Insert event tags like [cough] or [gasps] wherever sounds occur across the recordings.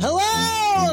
Hello,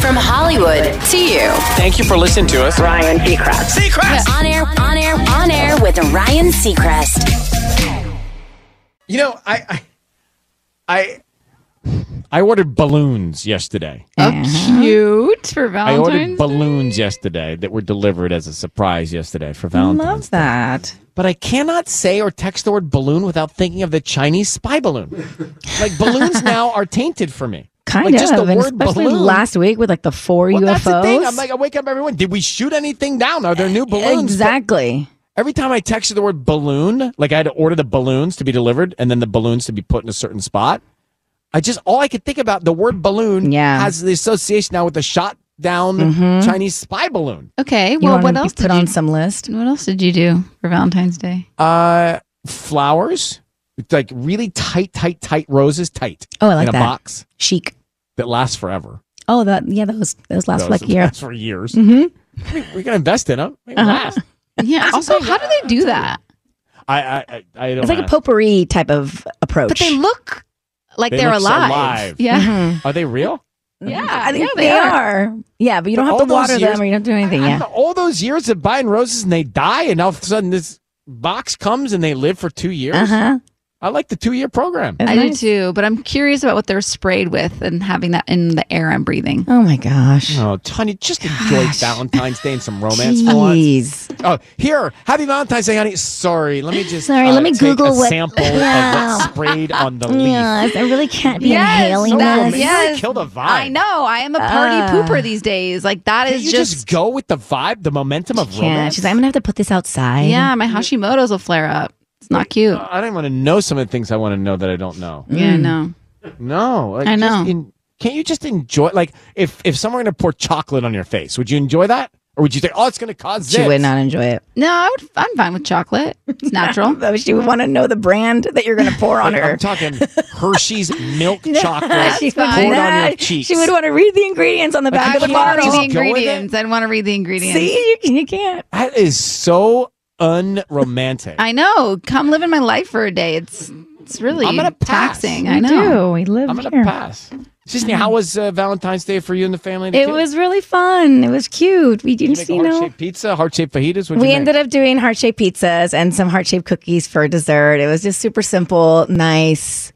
From Hollywood to you. Thank you for listening to us. Ryan Seacrest. Seacrest! We're on air, on air, on air with Ryan Seacrest. You know, I, I, I, I ordered balloons yesterday. uh, Oh, cute for Valentine's. I ordered balloons Day. yesterday that were delivered as a surprise yesterday for Valentine's. Love that. Day. But I cannot say or text the word balloon without thinking of the Chinese spy balloon. like [laughs] balloons now are tainted for me. Kind like of, just the and word especially balloon. last week with like the four well, UFOs. That's the thing. I'm like, I wake up everyone. Did we shoot anything down? Are there new balloons? E, Exactly. But every time I texted the word balloon, like I had to order the balloons to be delivered and then the balloons to be put in a certain spot. I just all I could think about the word balloon yeah. has the association now with the shot down mm-hmm. Chinese spy balloon. Okay. Well, what else put you, on some list? What else did you do for Valentine's Day? Uh, flowers. It's like really tight, tight, tight roses, tight. Oh, I like in a that. box, chic that lasts forever. Oh, that yeah, those those last those, like year. Last for years. Mm-hmm. I mean, we can invest in them. They uh-huh. last. Yeah. also, how do they do that? I I I, I don't. It's like know. a potpourri type of approach. But they look like they they're look alive. alive. Yeah. Mm-hmm. Are they real? Yeah, I think yeah, they, they are. are. Yeah, but you don't but have to water years, them or you don't do anything. I, yeah. I know, all those years of buying roses and they die, and all of a sudden this box comes and they live for two years. Uh-huh. I like the two year program. I nice. do too, but I'm curious about what they're sprayed with and having that in the air I'm breathing. Oh my gosh. Oh, honey, just gosh. enjoy Valentine's Day and some romance Jeez. for once. Oh, here, happy Valentine's Day, honey. Sorry, let me just sorry, uh, let me Google a sample what, yeah. of what's sprayed on the leaf. Yes, I really can't be yes, inhaling Ah. that. So yes, kill the vibe. I know. I am a party uh, pooper these days. Like that is you just, just go with the vibe, the momentum of romance. She's like, I'm gonna have to put this outside. Yeah, my Hashimoto's will flare up. It's not cute. I don't want to know some of the things I want to know that I don't know. Mm. Yeah, no. No, like I know. In, can't you just enjoy? Like, if if someone going to pour chocolate on your face, would you enjoy that, or would you think, oh, it's going to cause? She this? would not enjoy it. No, I would. I'm fine with chocolate. It's [laughs] natural. Though she would want to know the brand that you're going to pour on like, her. I'm [laughs] talking Hershey's milk chocolate she poured on your cheeks. She would want to read the ingredients on the like, back of the bottle. Read the ingredients. I'd want to read the ingredients. See, you, you can't. That is so unromantic. I know. Come live in my life for a day. It's it's really I'm gonna pass. taxing. [laughs] I know. Do. We live. I'm gonna here. pass. Sisney, how was uh, Valentine's Day for you and the family? And the it kids? was really fun. It was cute. We didn't Did you know pizza, heart shaped fajitas. What'd we ended up doing heart shaped pizzas and some heart shaped cookies for dessert. It was just super simple, nice.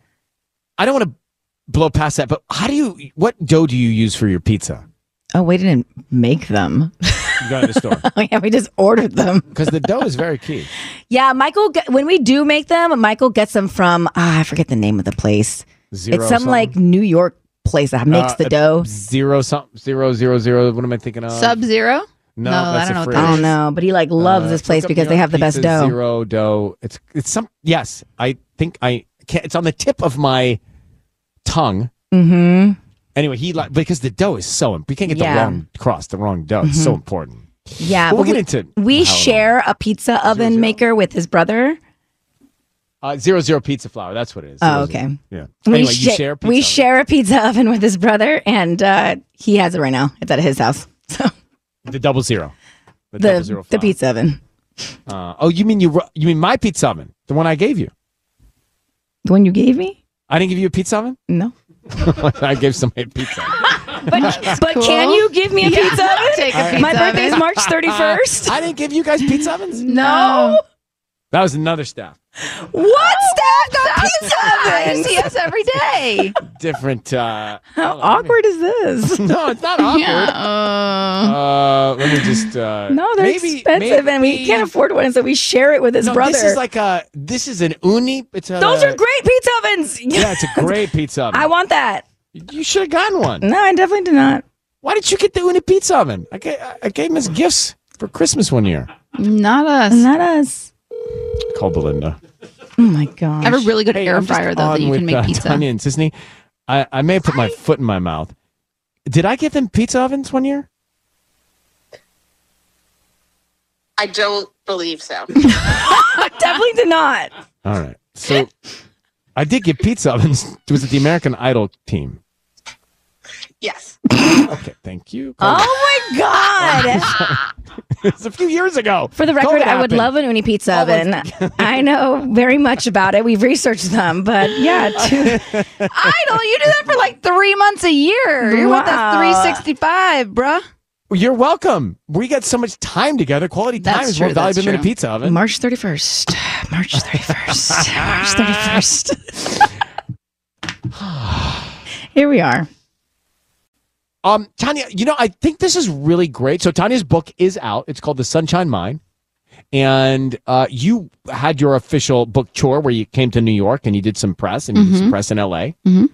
I don't want to blow past that, but how do you? What dough do you use for your pizza? Oh, we didn't make them. You go to the store. oh, [laughs] yeah, we just ordered them because the dough is very [laughs] key. yeah, Michael. When we do make them, Michael gets them from ah, I forget the name of the place. Zero Uh, it's some something? like New York place that makes the dough. Zero some zero zero zero. What am I thinking of? Sub zero? No, No, I that's don't a know what fridge. Uh, that I don't know, but he like loves this place because they have the best Pizza dough. Zero dough. It's it's some yes. I think I can't. It's on the tip of my tongue. Mm-hmm. Anyway, he like because the dough is so important. You can't get Yeah. the wrong crust, the wrong dough. It's so Mhm. important. Yeah, But we'll but get into we, how it all- share a pizza oven maker with his brother. Uh, zero zero pizza flour. That's what it is. Zero, Oh, okay. zero. Yeah. We anyway, you sha- share pizza. We share a pizza [laughs] oven with his brother, and uh, he has it right now. It's at his house. [laughs] So the double zero. the double the, zero flour. pizza oven, Uh, oh, you mean you ru- you mean my pizza oven, the one I gave you? the one you gave me. I didn't give you a pizza oven. No. [laughs] I gave somebody a pizza. [laughs] But but can you give me a Yeah, pizza I'll oven? take a pizza My birthday's oven. [laughs] March thirty first. I didn't give you guys pizza ovens. No. [laughs] That was another staff. What staff got pizza [laughs] You ovens? see us every day. Different. Uh, [laughs] How awkward is [laughs] this? no, it's not awkward. Uh, let me just. Uh, [laughs] No, they're maybe- expensive, and we maybe- can't afford one, and so we share it with his No, brother. This is like a. This is an uni. It's a, Those are great pizza ovens. [laughs] Yeah, it's a great pizza oven. I want that. you should have gotten one. No, I definitely did not. Why did you get the uni pizza oven? I gave, I gave him as gifts for Christmas one year. Not us. Not us. Call Belinda. Oh my god. I have a really good Hey, air I'm just fryer though that on you with, can make uh, pizza. Tanya and Sisney. I, I may have put my foot in my mouth. Did I give them pizza ovens one year? I don't believe so. [laughs] definitely did not. All right. So I did give pizza ovens. Was it the American Idol team? Yes. okay. Thank you. Oh my god. [laughs] it's a few years ago. For the record, COVID I would happened. love an uni pizza oven. [laughs] I know very much about it. We've researched them, but [laughs] yeah, two, [laughs] Idol, you do that for like three months a year. You're with us Wow. 365, bruh. You're welcome. We got so much time together. Quality time That's is true, more that's valuable than a true. pizza oven. March 31st. [laughs] March 31st. March 31st. Here we are. Um, Tanya, you know, I think this is really great. So Tanya's book is out. It's called The Sunshine Mind. And uh, you had your official book tour where you came to New York and you did some press and you did some Mm-hmm. Mhm. press in LA. Mhm.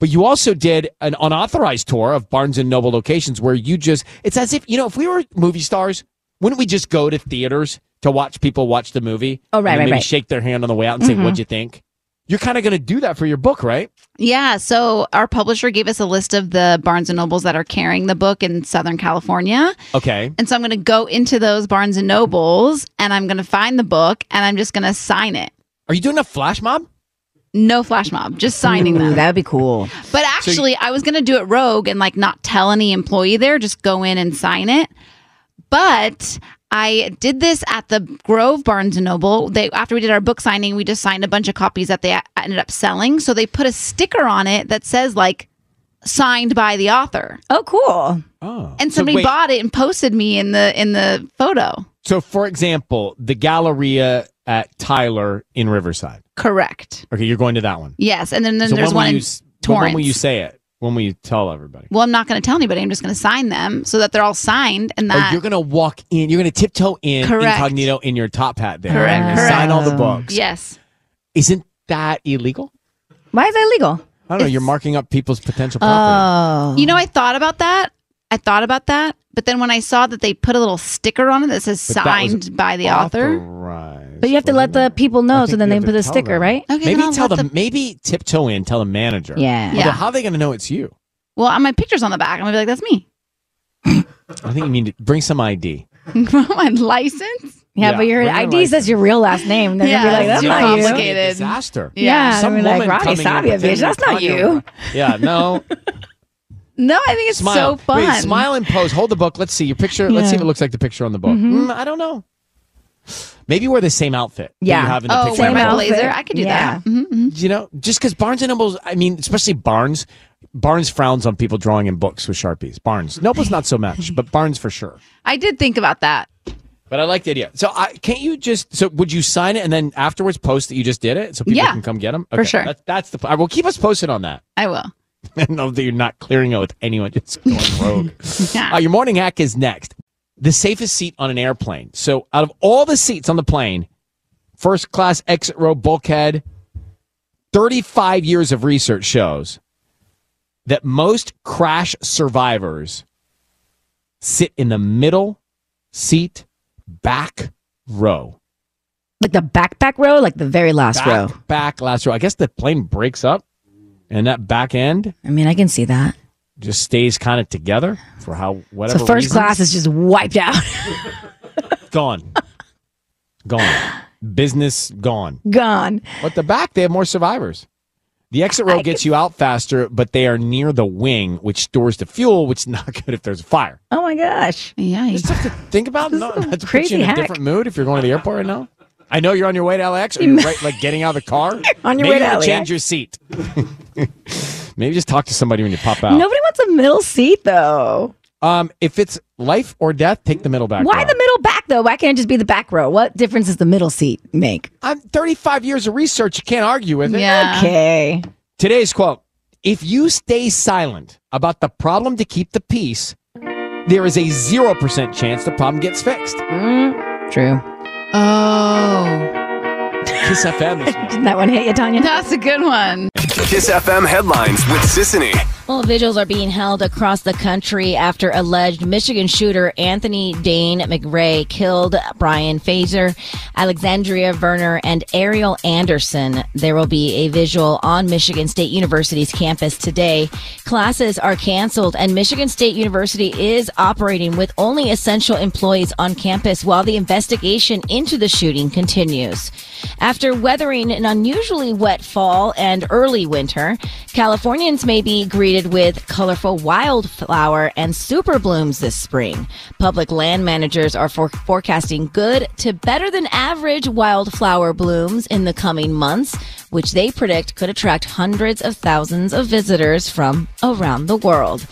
But you also did an unauthorized tour of Barnes and Noble locations where you just, it's as if, you know, if we were movie stars, wouldn't we just go to theaters to watch people watch the movie? Oh, right, and then right, maybe right. shake their hand on the way out and say, Mhm. what'd you think? You're kind of going to do that for your book, right? Yeah, so our publisher gave us a list of the Barnes and Nobles that are carrying the book in Southern California. Okay. And so I'm going to go into those Barnes and Nobles and I'm going to find the book and I'm just going to sign it. Are you doing a flash mob? No flash mob, [laughs] just signing them. That would be cool. But actually, I was going to do it rogue and like not tell any employee there, just go in and sign it. But I did this at the Grove Barnes and Noble. They after we did our book signing, we just signed a bunch of copies that they a- ended up selling. So they put a sticker on it that says like signed by the author. Oh, cool. Oh. And So somebody wait. bought it and posted me in the in the photo. So, for example, the Galleria at Tyler in Riverside. Correct. Okay, you're going to that one. Yes. And then, then so there's when one will in you, s- when- When will Torrance. you say it? When will you tell everybody? Well, I'm not going to tell anybody. I'm just going to sign them so that they're all signed and oh, that you're going to walk in. You're going to tiptoe in Correct. incognito in your top hat there. Correct, and correct. Sign all the books. yes. Isn't that illegal? Why is that legal? I don't know. You're marking up people's potential property. You know, I thought about that. I thought about that, but then when I saw that they put a little sticker on it that says But that was signed by the author, Authorized. But you have to let the people know, so then you they have put to a tell sticker, them. right? okay, then maybe I'll tell let the, maybe tiptoe in, tell the manager. Yeah. Although, Yeah. how are they going to know it's you? Well, on my picture's on the back. I'm gonna be like, "That's me." [laughs] I think you need to bring some ID. my license. Yeah, Yeah, but your bring your ID says your real last name. They're Yeah, gonna be like, it's that's too not you. Be a complicated. Disaster. Yeah, Yeah. some Some like woman Rodney coming in Sabievich. pretending That's to not Tanya you. Ra- Yeah, no. No, I think [laughs] it's smile. so fun. Wait, smile and pose. Hold the book. Let's see your picture. Let's see if it looks like the picture on the book. Mhm. Mm-hmm. Mm, I don't know. Maybe wear the same outfit. that Yeah. You have in the Oh, picture. wear on the my book. outfit. blazer. I could do Yeah. that. Mhm, mhm. You know, just because Barnes and Noble's, I mean, especially Barnes, Barnes frowns on people drawing in books with Sharpies. Barnes. Noble's not so much, but Barnes for sure. I did think about that. But I like the idea. So I can't you just so would you sign it and then afterwards post that you just did it so people Yeah. can come get them? For sure. That, that's the. I will keep us posted on that. I will. [laughs] I know that you're not clearing it with anyone. [laughs] Just going rogue. Yeah. Uh, your morning hack is next. The safest seat on an airplane. So, out of all the seats on the plane, first class exit row bulkhead, 35 years of research shows that most crash survivors sit in the middle seat back row. Like the backpack row, like the very last back, row. Back last row. I guess the plane breaks up and that back end I mean, I can see that. just stays kind of together for how whatever so first reasons. class is just wiped out, [laughs] gone. gone. Business gone. gone. But the back, they have more survivors. The exit row gets you out faster, but they are near the wing, which stores the fuel, which is not [laughs] good if there's a fire. Oh my gosh. Yeah. It's tough to think about. No, that's put crazy you in hack. a different mood if you're going to the airport right now. I know you're on your way to LAX, or you're right, like getting out of the car. [laughs] On Maybe your way to you'll LAX. change your seat. Maybe just talk to somebody when you pop out. Nobody wants a middle seat though. Um, if it's life or death, take the middle back. Why row. the middle back though? Why can't it just be the back row? What difference does the middle seat make? I'm 35 years of research. You can't argue with it. Yeah. Okay. Today's quote If you stay silent about the problem to keep the peace, there is a 0% chance the problem gets fixed. Mm, True. Oh. Kiss FM this Didn't that one hit you, Tanya? That's a good one. Kiss FM headlines with Sissany. Well, vigils are being held across the country after alleged Michigan shooter Anthony Dane McRae killed Brian Fazer, Alexandria Verner, and Ariel Anderson. There will be a vigil on Michigan State University's campus today. Classes are canceled, and Michigan State University is operating with only essential employees on campus while the investigation into the shooting continues. After weathering an unusually wet fall and early winter, Californians may be greeted with colorful wildflower and super blooms this spring. Public land managers are for- forecasting good to better than average wildflower blooms in the coming months, which they predict could attract hundreds of thousands of visitors from around the world.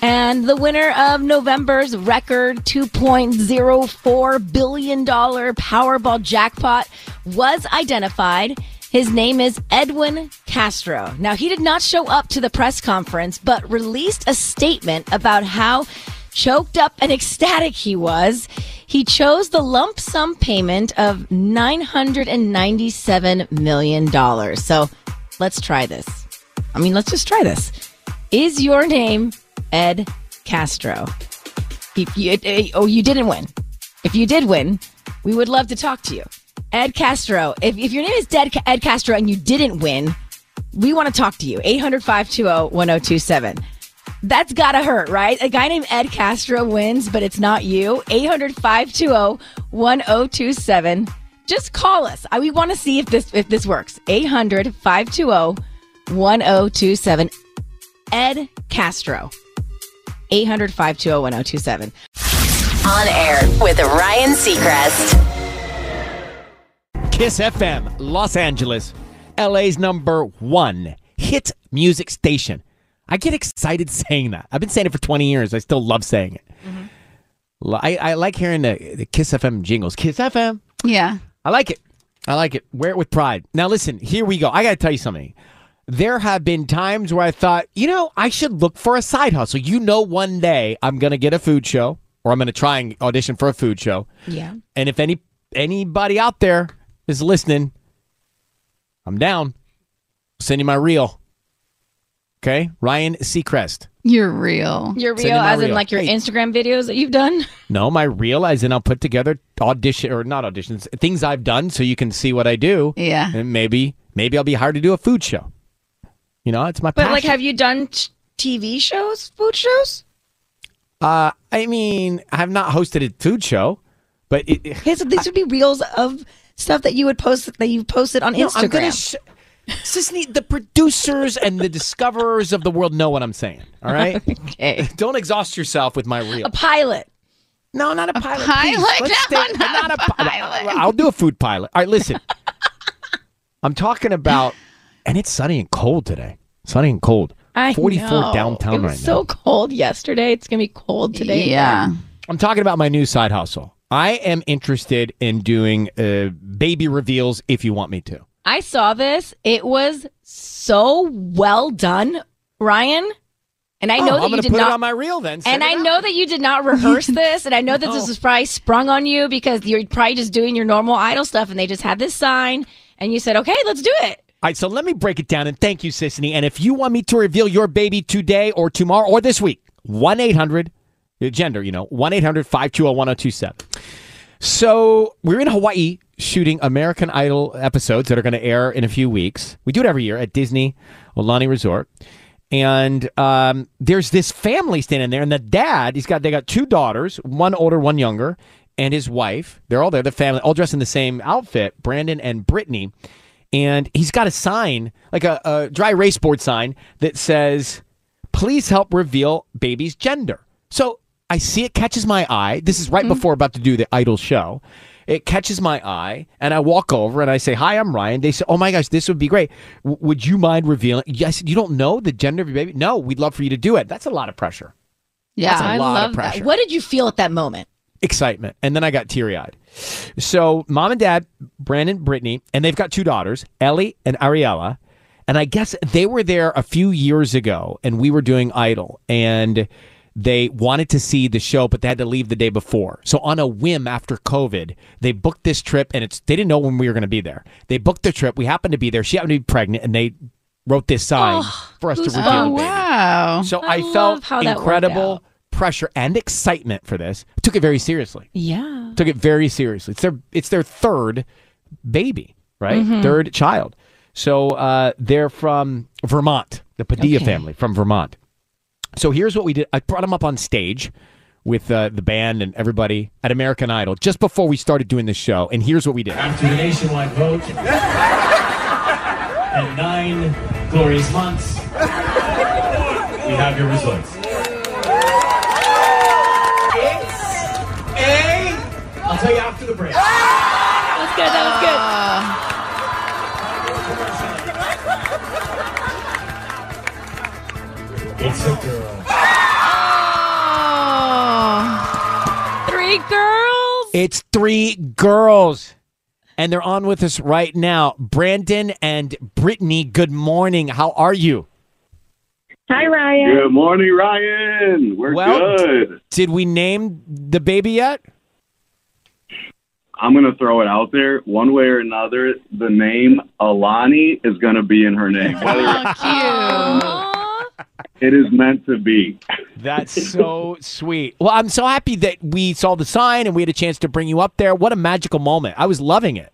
And the winner of November's record $2.04 billion Powerball jackpot was identified. His name is Edwin Castro. Now, he did not show up to the press conference, but released a statement about how choked up and ecstatic he was. He chose the lump sum payment of $997 million. So let's try this. I mean, let's just try this. Is your name Ed Castro? If you, eh, oh, you didn't win. If you did win, we would love to talk to you. Ed Castro, if, if your name is Ed, Ed Castro and you didn't win, we want to talk to you. 800 520 1027. That's gotta hurt, right? A guy named Ed Castro wins, but it's not you. 800 520 1027. Just call us. I, we want to see if this if this works. 800 520 1027. Ed Castro. 800 520 1027. On air with Ryan Seacrest. Kiss FM, Los Angeles, LA's number one hit music station. I get excited [laughs] saying that. I've been saying it for 20 years. I still love saying it. Mm-hmm. Lo- I, I like hearing the, the Kiss FM jingles. Kiss FM. Yeah. I like it. I like it. Wear it with pride. Now, listen, here we go. I got to tell you something. There have been times where I thought, you know, I should look for a side hustle. You know, one day I'm going to get a food show or I'm going to try and audition for a food show. Yeah. And if any anybody out there is listening, I'm down. Send you my reel. Okay? Ryan Seacrest. You're real. Your Send in reel, my as in reel. like your Instagram videos that you've done? [laughs] No, my reel as in I'll put together audition or not auditions, things I've done so you can see what I do. Yeah. And maybe maybe I'll be hired to do a food show. You know, it's my But passion. like, have you done t- TV shows, food shows? uh I mean, I've not hosted a food show, but it, it- Okay, so these would be reels of stuff that you would post that you posted on No, Instagram. I'm gonna sh- Sisney, the producers and the discoverers of the world know what I'm saying. All right? [laughs] okay. Don't exhaust yourself with my reel. a pilot. No, not a pilot. Pilot? Please, [laughs] let's No, stay- not, a pilot. I'll do a food pilot. All right, listen. I'm talking about, and it's sunny and cold today. Sunny and cold. I 44 know. downtown It was right so now. cold yesterday. It's gonna be cold today. Yeah. I'm talking about my new side hustle. I am interested in doing uh, baby reveals if you want me to. I saw this. It was so well done, Ryan. And I Oh, know I'm that you gonna did put it not on my reel then. Send And it I out. know that you did [laughs] not rehearse this, and I know that this was probably sprung on you because you're probably just doing your normal idol stuff, and they just had this sign, and you said, "Okay, let's do it." All right, so let me break it down. And thank you, Sissany. And if you want me to reveal your baby today or tomorrow or this week, 1 800, gender, you know, 1 800 520 1027. So we're in Hawaii shooting American Idol episodes that are going to air in a few weeks. We do it every year at Disney Olani Resort. And um, there's this family standing there, and the dad, he's got they got two daughters, one older, one younger, and his wife. They're all there, the family, all dressed in the same outfit, Brandon and Brittany. And he's got a sign, like a, a dry race board sign, that says, "Please help reveal baby's gender." So I see it catches my eye. This is right before about to do the Idol show. It catches my eye, and I walk over and I say, "Hi, I'm Ryan." They say, "Oh my gosh, this would be great. W- would you mind revealing?" Yes, you don't know the gender of your baby. No, we'd love for you to do it. That's a lot of pressure. That's a lot of pressure. What did you feel at that moment? Excitement, and then I got teary eyed. So, mom and dad, Brandon, Brittany, and they've got two daughters, Ellie and Ariella. And I guess they were there a few years ago, and we were doing Idol, and they wanted to see the show, but they had to leave the day before. So on a whim, after COVID, they booked this trip, and it's they didn't know when we were going to be there. They booked the trip. We happened to be there. She happened to be pregnant, and they wrote this sign for us to reveal. Oh, the baby. wow. So I, felt how that worked incredible pressure and excitement for this. I took it very seriously. Yeah. Took it very seriously. It's their it's their third baby, right? Mhm. Third child. So uh, they're from Vermont, the Padilla Okay. family from Vermont. So here's what we did. I brought them up on stage with uh, the band and everybody at American Idol just before we started doing this show. And here's what we did. After a nationwide vote and nine glorious months, we have your results. A. I'll tell you after the break. That's good. That It's a girl. was good. Three girls. It's three girls. And they're on with us right now. Brandon and Brittany, good morning. How are you? Hi, Ryan. Good morning, [laughs] Ryan. We're Well, good. Did we name the baby yet? I'm gonna throw it out there, one way or another. The name Alani is gonna be in her [laughs] name. Whether it is meant to be. That's so sweet. Well, I'm so happy that we saw the sign and we had a chance to bring you up there. What a magical moment. I was loving it.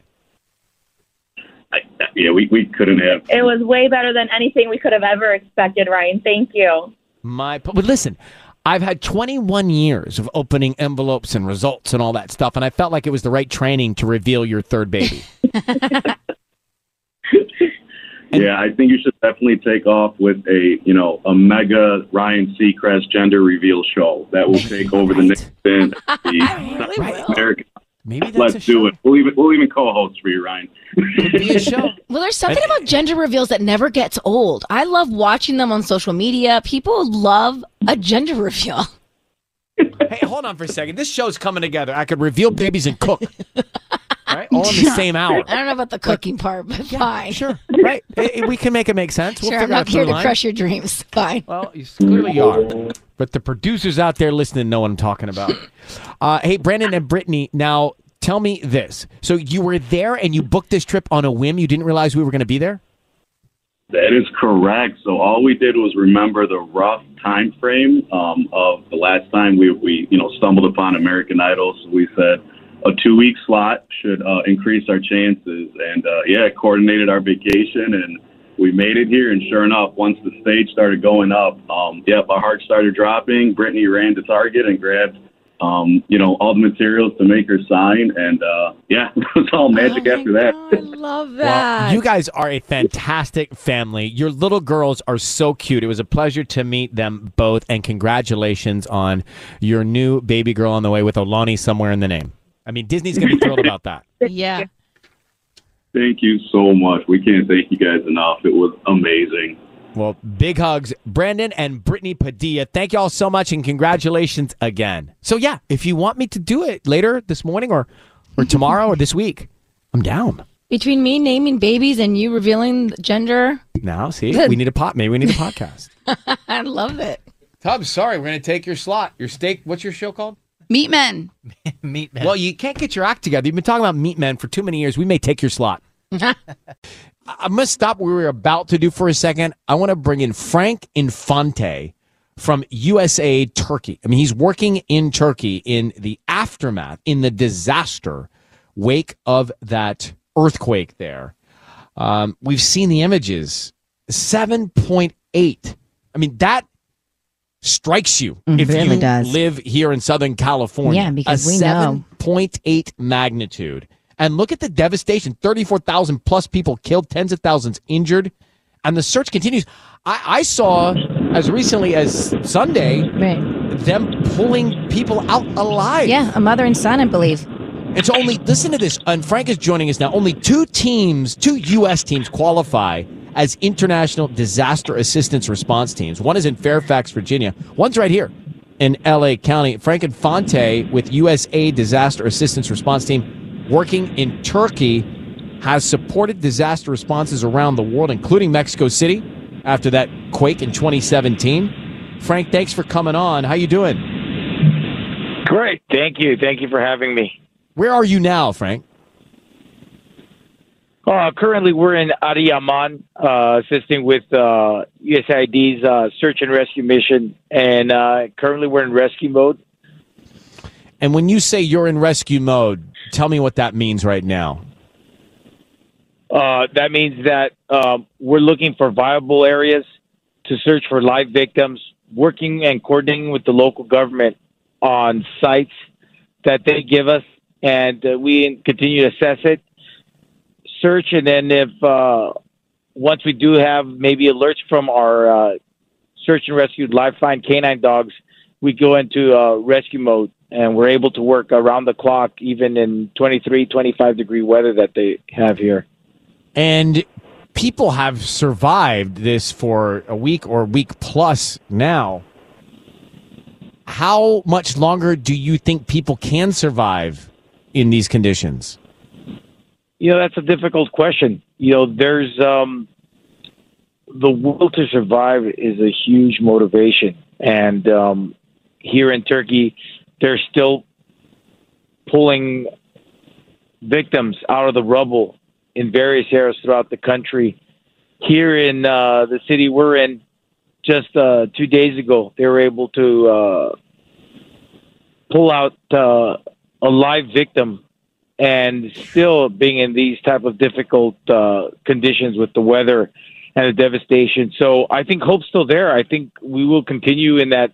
Yeah, we, we couldn't have. It was way better than anything we could have ever expected, Ryan. Thank you. My but listen, I've had 21 years of opening envelopes and results and all that stuff, and I felt like it was the right training to reveal your third baby. yeah, I think you should definitely take off with a you know a mega Ryan Seacrest gender reveal show that will take over the next [laughs] bend. American. Maybe Let's do it. We'll even we'll even co-host for you, Ryan. [laughs] Well, there's something about gender reveals that never gets old. I love watching them on social media. People love a gender reveal. [laughs] hey, hold on for a second. This show's coming together. I could reveal babies and cook. [laughs] right? All in the same hour. [laughs] I don't know about the cooking part, but fine. [laughs] Sure. Right. Eh, eh, we can make it make sense. We'll sure, I'm figure out not a through here to line. crush your dreams. [laughs] Fine. Well, you Clearly you are. But the producers out there listening know what I'm talking about. Uh, hey, Brandon and Brittany, now tell me this. So you were there and you booked this trip on a whim. You didn't realize we were going to be there? That is correct. So all we did was remember the rough time frame um, of the last time we, we you know stumbled upon American Idol. So we said a two week slot should uh, increase our chances, and uh, yeah, coordinated our vacation and we made it here. And sure enough, once the stage started going up, um, yep, our heart started dropping. Brittany ran to Target and grabbed. Um, you know all the materials to make her sign, and uh, yeah, [laughs] it was all magic after that. Love Well, you guys are a fantastic family. Your little girls are so cute. It was a pleasure to meet them both, and congratulations on your new baby girl on the way with Olani somewhere in the name. I mean, Disney's going to be thrilled about that. Yeah. Thank you so much. We can't thank you guys enough. It was amazing. Well, big hugs, Brandon and Brittany Padilla. Thank y'all so much, and congratulations again. So yeah, if you want me to do it later this morning or or tomorrow or this week, I'm down. Between me naming babies and you revealing gender, Now, see, we need a pot. Maybe we need a podcast. I love it. Tub, sorry, we're going to take your slot. Your steak. What's your show called? Meat men. Well, you can't get your act together. You've been talking about meat men for too many years. We may take your slot. I- I'm going to stop what we were about to do for a second. I want to bring in Frank Infante from USA Turkey. I mean, he's working in Turkey in the aftermath, in the disaster wake of that earthquake there. Um, we've seen the images 7.8. I mean, that strikes you Mm, if really you does. live here in Southern California. Yeah, because a we know. 7.8 magnitude. And look at the devastation 34,000 plus people killed, tens of thousands injured. And the search continues. I, I saw as recently as Sunday them pulling people out alive. Yeah, a mother and son, I believe. It's only, listen to this. And Frank is joining us now. Only two teams, two U.S. teams qualify as international disaster assistance response teams. One is in Fairfax, Virginia, one's right here in L.A. County. Frank Infante with USA Disaster Assistance Response Team working in Turkey has supported disaster responses around the world, including Mexico City after that quake in 2017. Frank, thanks for coming on. How you doing? Great. Thank you. Thank you for having me. Where are you now, Frank? Uh, currently, we're in Adiyaman, uh, assisting with uh, USAID's uh, search and rescue mission, and uh, currently we're in rescue mode. And when you say you're in rescue mode, tell me what that means right now. Uh, that means that um, we're looking for viable areas to search for live victims, working and coordinating with the local government on sites that they give us, and uh, we continue to assess it, search, and then if uh, once we do have maybe alerts from our uh, search and rescue live find canine dogs, we go into uh, rescue mode. And we're able to work around the clock, even in 23, 25 degree weather that they have here. And people have survived this for a week or a week plus now. How much longer do you think people can survive in these conditions? You know, that's a difficult question. You know, there's um, the will to survive is a huge motivation. And um, here in Turkey, they're still pulling victims out of the rubble in various areas throughout the country. Here in uh, the city we're in, just uh, two days ago, they were able to uh, pull out uh, a live victim and still being in these type of difficult uh, conditions with the weather and the devastation. So I think hope's still there. I think we will continue in that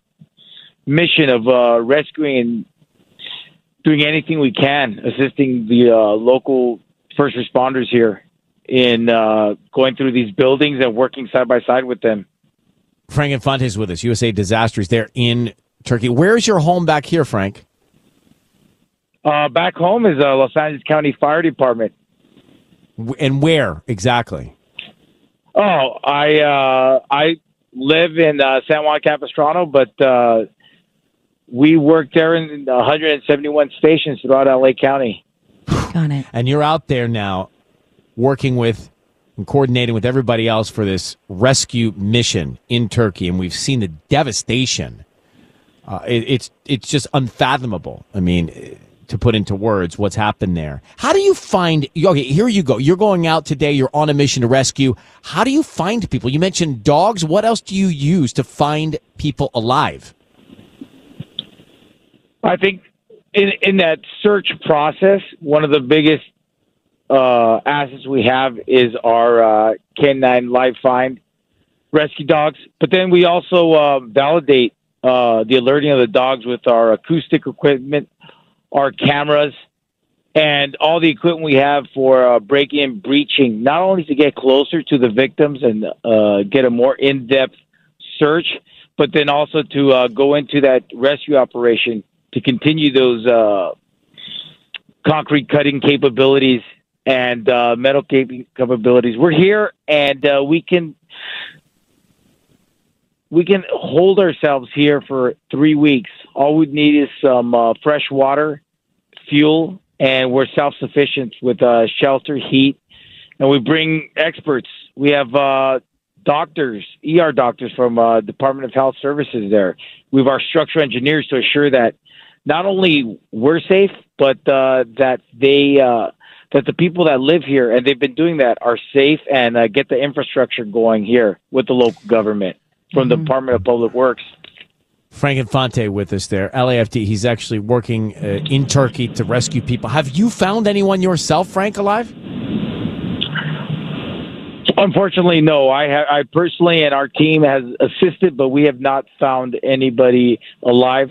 mission of uh, rescuing and doing anything we can, assisting the uh, local first responders here in uh, going through these buildings and working side by side with them. Frank Infante is with us, USA Disaster. He's there in Turkey. Where is your home back here, Frank? Uh, back home is uh, Los Angeles County Fire Department. W- And where exactly? Oh, I uh, I live in uh, San Juan Capistrano, but uh, we work there in 171 stations throughout LA County. And you're out there now working with and coordinating with everybody else for this rescue mission in Turkey. And we've seen the devastation. Uh, it, it's, it's just unfathomable. I mean, eh, to put into words what's happened there. How do you find, you- okay, here you go. You're going out today. You're on a mission to rescue. How do you find people? You mentioned dogs. What else do you use to find people alive? I think in in that search process, one of the biggest uh, assets we have is our uh, canine live find rescue dogs. But then we also uh, validate uh, the alerting of the dogs with our acoustic equipment, our cameras, and all the equipment we have for uh, breaking and breaching, not only to get closer to the victims and uh, get a more in depth search, but then also to uh, go into that rescue operation to continue those uh, concrete cutting capabilities and uh, metal cutting capabilities. We're here, and uh, we can we can hold ourselves here for three weeks. All we need is some uh, fresh water, fuel, and we're self sufficient with uh, shelter, heat, and we bring experts. We have uh, doctors, ER doctors from uh, Department of Health Services there. We have our structural engineers to assure that not only we're safe, but uh, that they uh, that the people that live here and they've been doing that are safe and uh, get the infrastructure going here with the local government from the Department of Public Works. Frank Infante with us there, LAFD. He's actually working uh, in Turkey to rescue people. Have you found anyone yourself, Frank, alive? Unfortunately, no. I ha- I personally and our team has assisted, but we have not found anybody alive.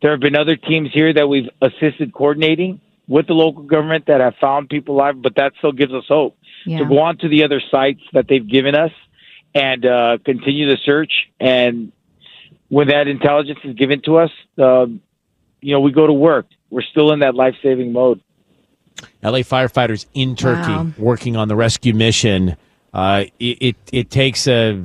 There have been other teams here that we've assisted coordinating with the local government that have found people alive, but that still gives us hope Yeah. to go on to the other sites that they've given us and uh, continue the search. And when that intelligence is given to us, uh, you know, we go to work. We're still in that life saving mode. LA firefighters in Turkey Wow. working on the rescue mission. Uh, it, it it takes a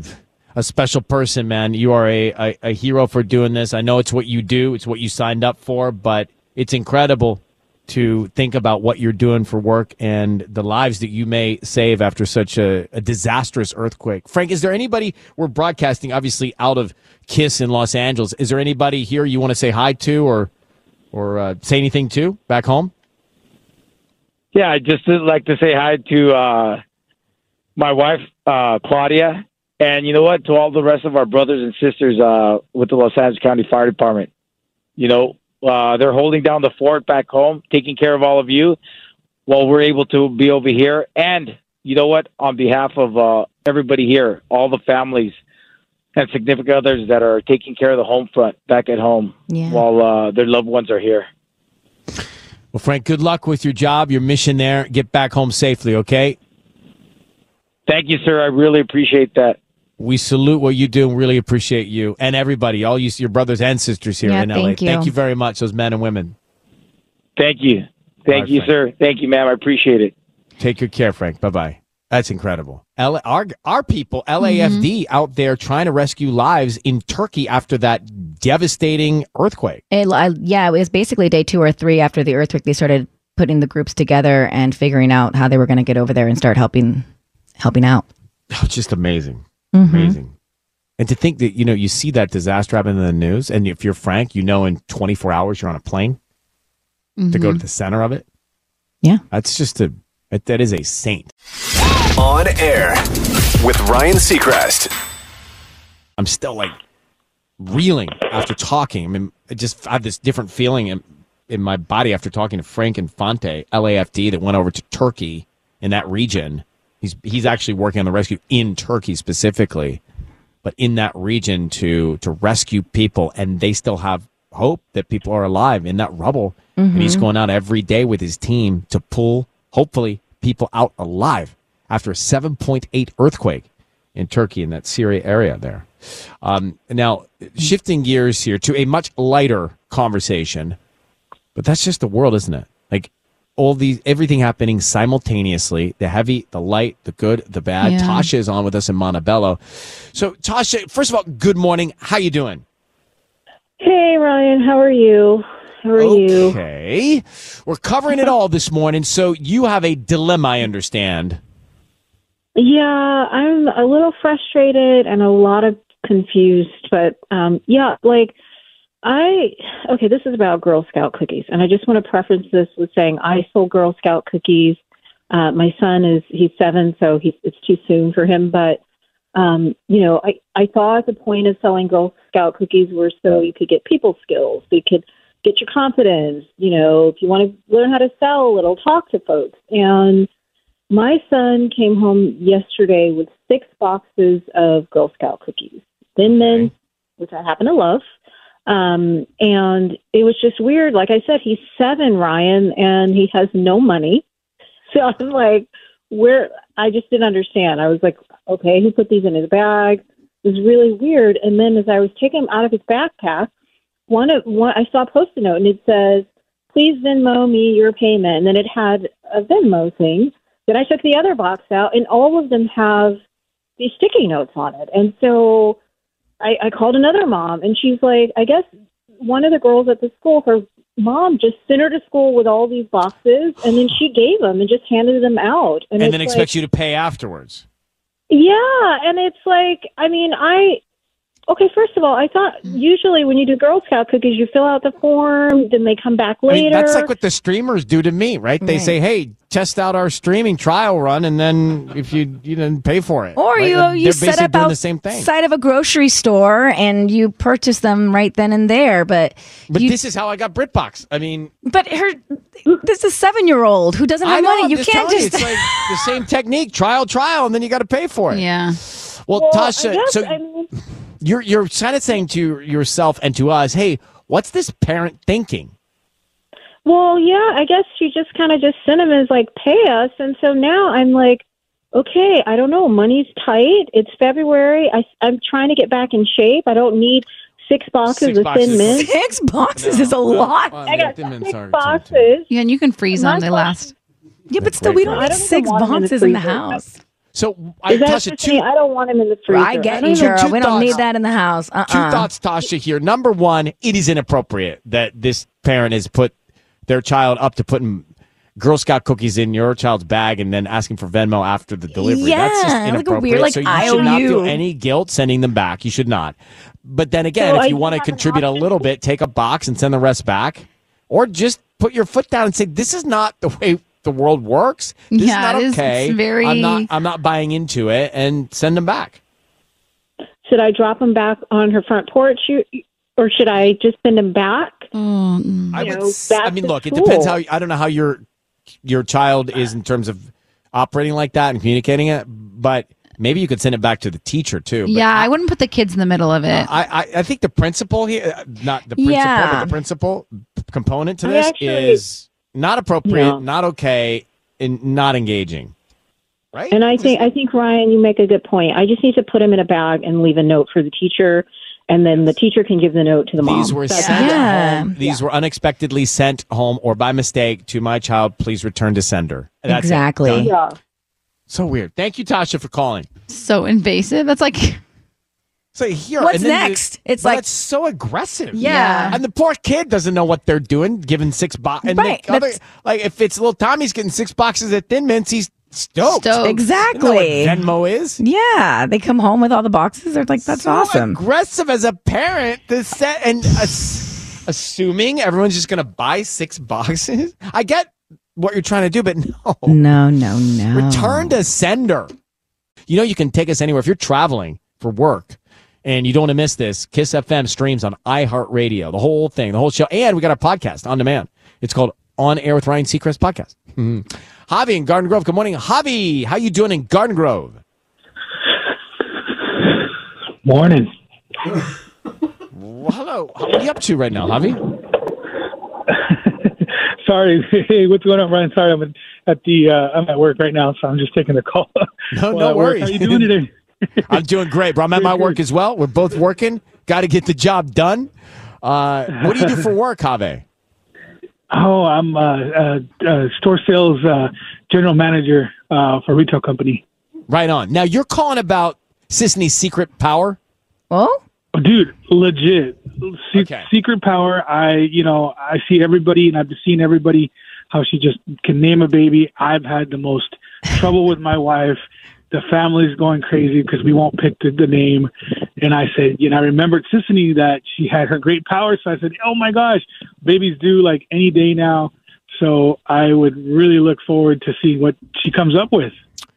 a special person, man. You are a, a a hero for doing this. I know it's what you do, it's what you signed up for, but it's incredible to think about what you're doing for work and the lives that you may save after such a, a disastrous earthquake. Frank, is there anybody we're broadcasting obviously out of Kiss in Los Angeles? Is there anybody here you want to say hi to or or uh, say anything to back home? Yeah, I just would like to say hi to uh, my wife, uh, Claudia, and you know what? To all the rest of our brothers and sisters uh, with the Los Angeles County Fire Department. You know, uh, they're holding down the fort back home, taking care of all of you while we're able to be over here. And you know what? On behalf of uh, everybody here, all the families and significant others that are taking care of the home front back at home Yeah. while uh, their loved ones are here. Well, Frank, good luck with your job, your mission there. Get back home safely, okay? Thank you, sir. I really appreciate that. We salute what you do and really appreciate you and everybody, all you, your brothers and sisters here Yeah, in LA. thank you. Thank you very much, those men and women. Thank you. Thank All right, you, Frank. sir. Thank you, ma'am. I appreciate it. Take good care, Frank. Bye bye. That's incredible. L- our, our people, LAFD, Mm-hmm. out there trying to rescue lives in Turkey after that devastating earthquake. [laughs] It, I, yeah, it was basically day two or three after the earthquake. They started putting the groups together and figuring out how they were going to get over there and start helping, helping out. Oh, just amazing. Mhm. Amazing. And to think that, you know, you see that disaster happen in the news, and if you're Frank, you know in 24 hours you're on a plane to go to the center of it. Yeah. That's just a, that- that is a saint. On air with Ryan Seacrest. I'm still like reeling after talking. I mean, I just I have this different feeling in, in my body after talking to Frank Infante, LAFD, that went over to Turkey in that region. He's he's actually working on the rescue in Turkey specifically, but in that region to to rescue people, and they still have hope that people are alive in that rubble. And he's Mhm. going out every day with his team to pull, hopefully, people out alive after a 7.8 earthquake in Turkey in that Syria area there. Um, now, shifting gears here to a much lighter conversation, but that's just the world, isn't it? Like all these, everything happening simultaneously the heavy, the light, the good, the bad. Yeah. Tasha is on with us in Montebello. So, Tasha, first of all, good morning. How you doing? Hey Ryan, how are you? How are you? Okay. We're covering it all this morning. So, you have a dilemma, I understand. Yeah, I'm a little frustrated and a lot of confused, but um yeah, like I okay, this is about Girl Scout cookies, and I just want to preference this with saying I sold Girl Scout cookies. Uh, my son is he's seven, so he's it's too soon for him, but um, you know, I I thought the point of selling Girl Scout cookies were so you could get people skills, so you could get your confidence. You know, if you want to learn how to sell a little, talk to folks. And my son came home yesterday with six boxes of Girl Scout cookies, Thin Mints, which I happen to love. Um, and it was just weird. Like I said, he's seven, Ryan, and he has no money. [laughs] So I'm like, where? I just didn't understand. I was like, okay, he put these in his bag. It was really weird. And then as I was taking him out of his backpack, one of one, I saw a post-it note, and it says, "Please Venmo me your payment." And then it had a Venmo thing. Then I took the other box out, and all of them have these sticky notes on it. And so I, I called another mom, and she's like, I guess one of the girls at the school, her mom just sent her to school with all these boxes, and then she gave them and just handed them out. And, then it's expect like- you to pay afterwards. yeah, and it's like I mean I Okay, first of all, I thought Hmm. usually when you do Girl Scout cookies, you fill out the form, then they come back I later. mean, that's like what the streamers do to me, right? They say, "Hey, test out our streaming trial run, and then if you you didn't pay for it, Or Right? you They're you set basically up doing the same thing." outside of a grocery store and you purchase them right then and there. But But you, this is how I got BritBox. I mean, but her this is a seven year old who doesn't I have know, money. I'm You just can't telling just [laughs] it's like the same technique, trial, trial, and then you got to pay for it. Yeah. Well, Well, I Tasha, guess, so I mean, you're you're kind of saying to yourself and to us, "Hey, what's this parent thinking?" well, yeah, I guess she just kind of just sent him as like pay us, and so now I'm like, okay, I don't know, money's tight. It's February. I, I'm trying to get back in shape. I don't need six boxes Six of boxes. thin mints. [laughs] Six boxes is a lot. I got six boxes. Yeah, and you can freeze them; they last. Yeah, but still, we don't I need don't even six want them in the boxes in the freezer. house. So I, Is that Tasha, the two, thing? I don't want him in the freezer. I get don't you, even- Gerald. We don't thoughts. need that in the house. Uh Uh-uh. two thoughts, Tasha. Here, number one, it is inappropriate that this parent has put their child up to putting Girl Scout cookies in your child's bag and then asking for Venmo after the delivery. That's just Yeah, like a inappropriate. weird, like, so you should not feel IOU. any guilt sending them back. You should not. But then again, So I if you do want to have an contribute a little bit, take a box and send the rest back, or just put your foot down and say, "This is not the way." The world works. This Yeah, is not it is- okay. it's very- I'm not. I'm not buying into it, and send them back. Should I drop him back on her front porch, you, or should I just send him back? I Oh, mm. You would. know, s- I back mean, to look, it depends school. how. I don't know how your your child is in terms of operating like that and communicating it, but maybe you could send it back to the teacher too. But yeah, I wouldn't put the kids in the middle of it. I, I, I think the principal here, uh, not the principal, Yeah. but the principal p- component to I this actually- is not appropriate, Yeah. not okay, and not engaging. Right. And I think I think Ryan, you make a good point. I just need to put him in a bag and leave a note for the teacher, and then the teacher can give the note to the mom. These were That's- sent home. These were unexpectedly sent home or by mistake to my child. Please return to sender. That's it. Exactly. Done. Yeah. So weird. Thank you, Tasha, for calling. so invasive. That's like So here, What's and then you- next? It's but like- that's so aggressive. Yeah. and the poor kid doesn't know what they're doing, giving six box. And the Right, other- that's- like if it's little Tommy's getting six boxes at Thin Mints, he's stoked. Stoked. They know what Exactly. Venmo is Yeah, they come home with all the boxes. They're like, that's So awesome. Aggressive as a parent to set and ass- assuming everyone's just gonna buy six boxes. I get what you're trying to do, but [laughs] no. No, no, no. Return to sender. You know, you can take us anywhere. If you're traveling for work and you don't want to miss this, Kiss FM streams on iHeartRadio, the whole thing, the whole show. And we got our podcast on demand. It's called On Air with Ryan Seacrest Podcast. Mm-hmm. Mhm. Javi in Garden Grove. Good morning. Javi, how you doing in Garden Grove? Morning. Well, hello. What are you up to right now, Javi? [laughs] Sorry. Hey, what's going on, Ryan? Sorry, I'm at the uh, I'm at work right now, so I'm just taking the call. [laughs] No, While no at work. worries. How you doing today? [laughs] I'm doing great, bro. I'm at my work as well. We're both working. Got to get the job done. Uh, what do you do for work, Javi? Oh, I'm uh, uh, uh, store sales uh, general manager uh, for a retail company. Right on. Now you're calling about Sisney's secret power. Oh, dude, legit Se- secret power. I, you know, I see everybody, and I've seen everybody how she just can name a baby. I've had the most trouble with my wife. The family's going crazy because we won't pick the, the name. And I said, you know, I remembered Sissany that she had her great power. So I said, oh my gosh, babies do like any day now. So I would really look forward to seeing what she comes up with.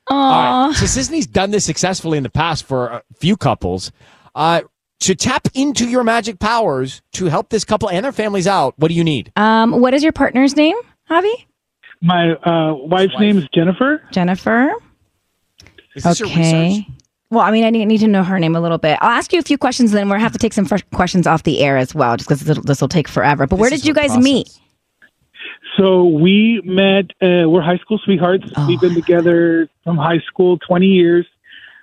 All right. So Sisney's done this successfully in the past for a few couples. Uh, to tap into your magic powers to help this couple and their families out, what do you need? Um, what is your partner's name, Javi? My uh, wife's name is Jennifer. Jennifer. okay. Well, I mean, I need need to know her name a little bit. I'll ask you a few questions, then we'll have to take some fresh questions off the air as well, just because this will take forever. But where did you guys meet? So we met. Uh, we're high school sweethearts. We've been together from high school, twenty years.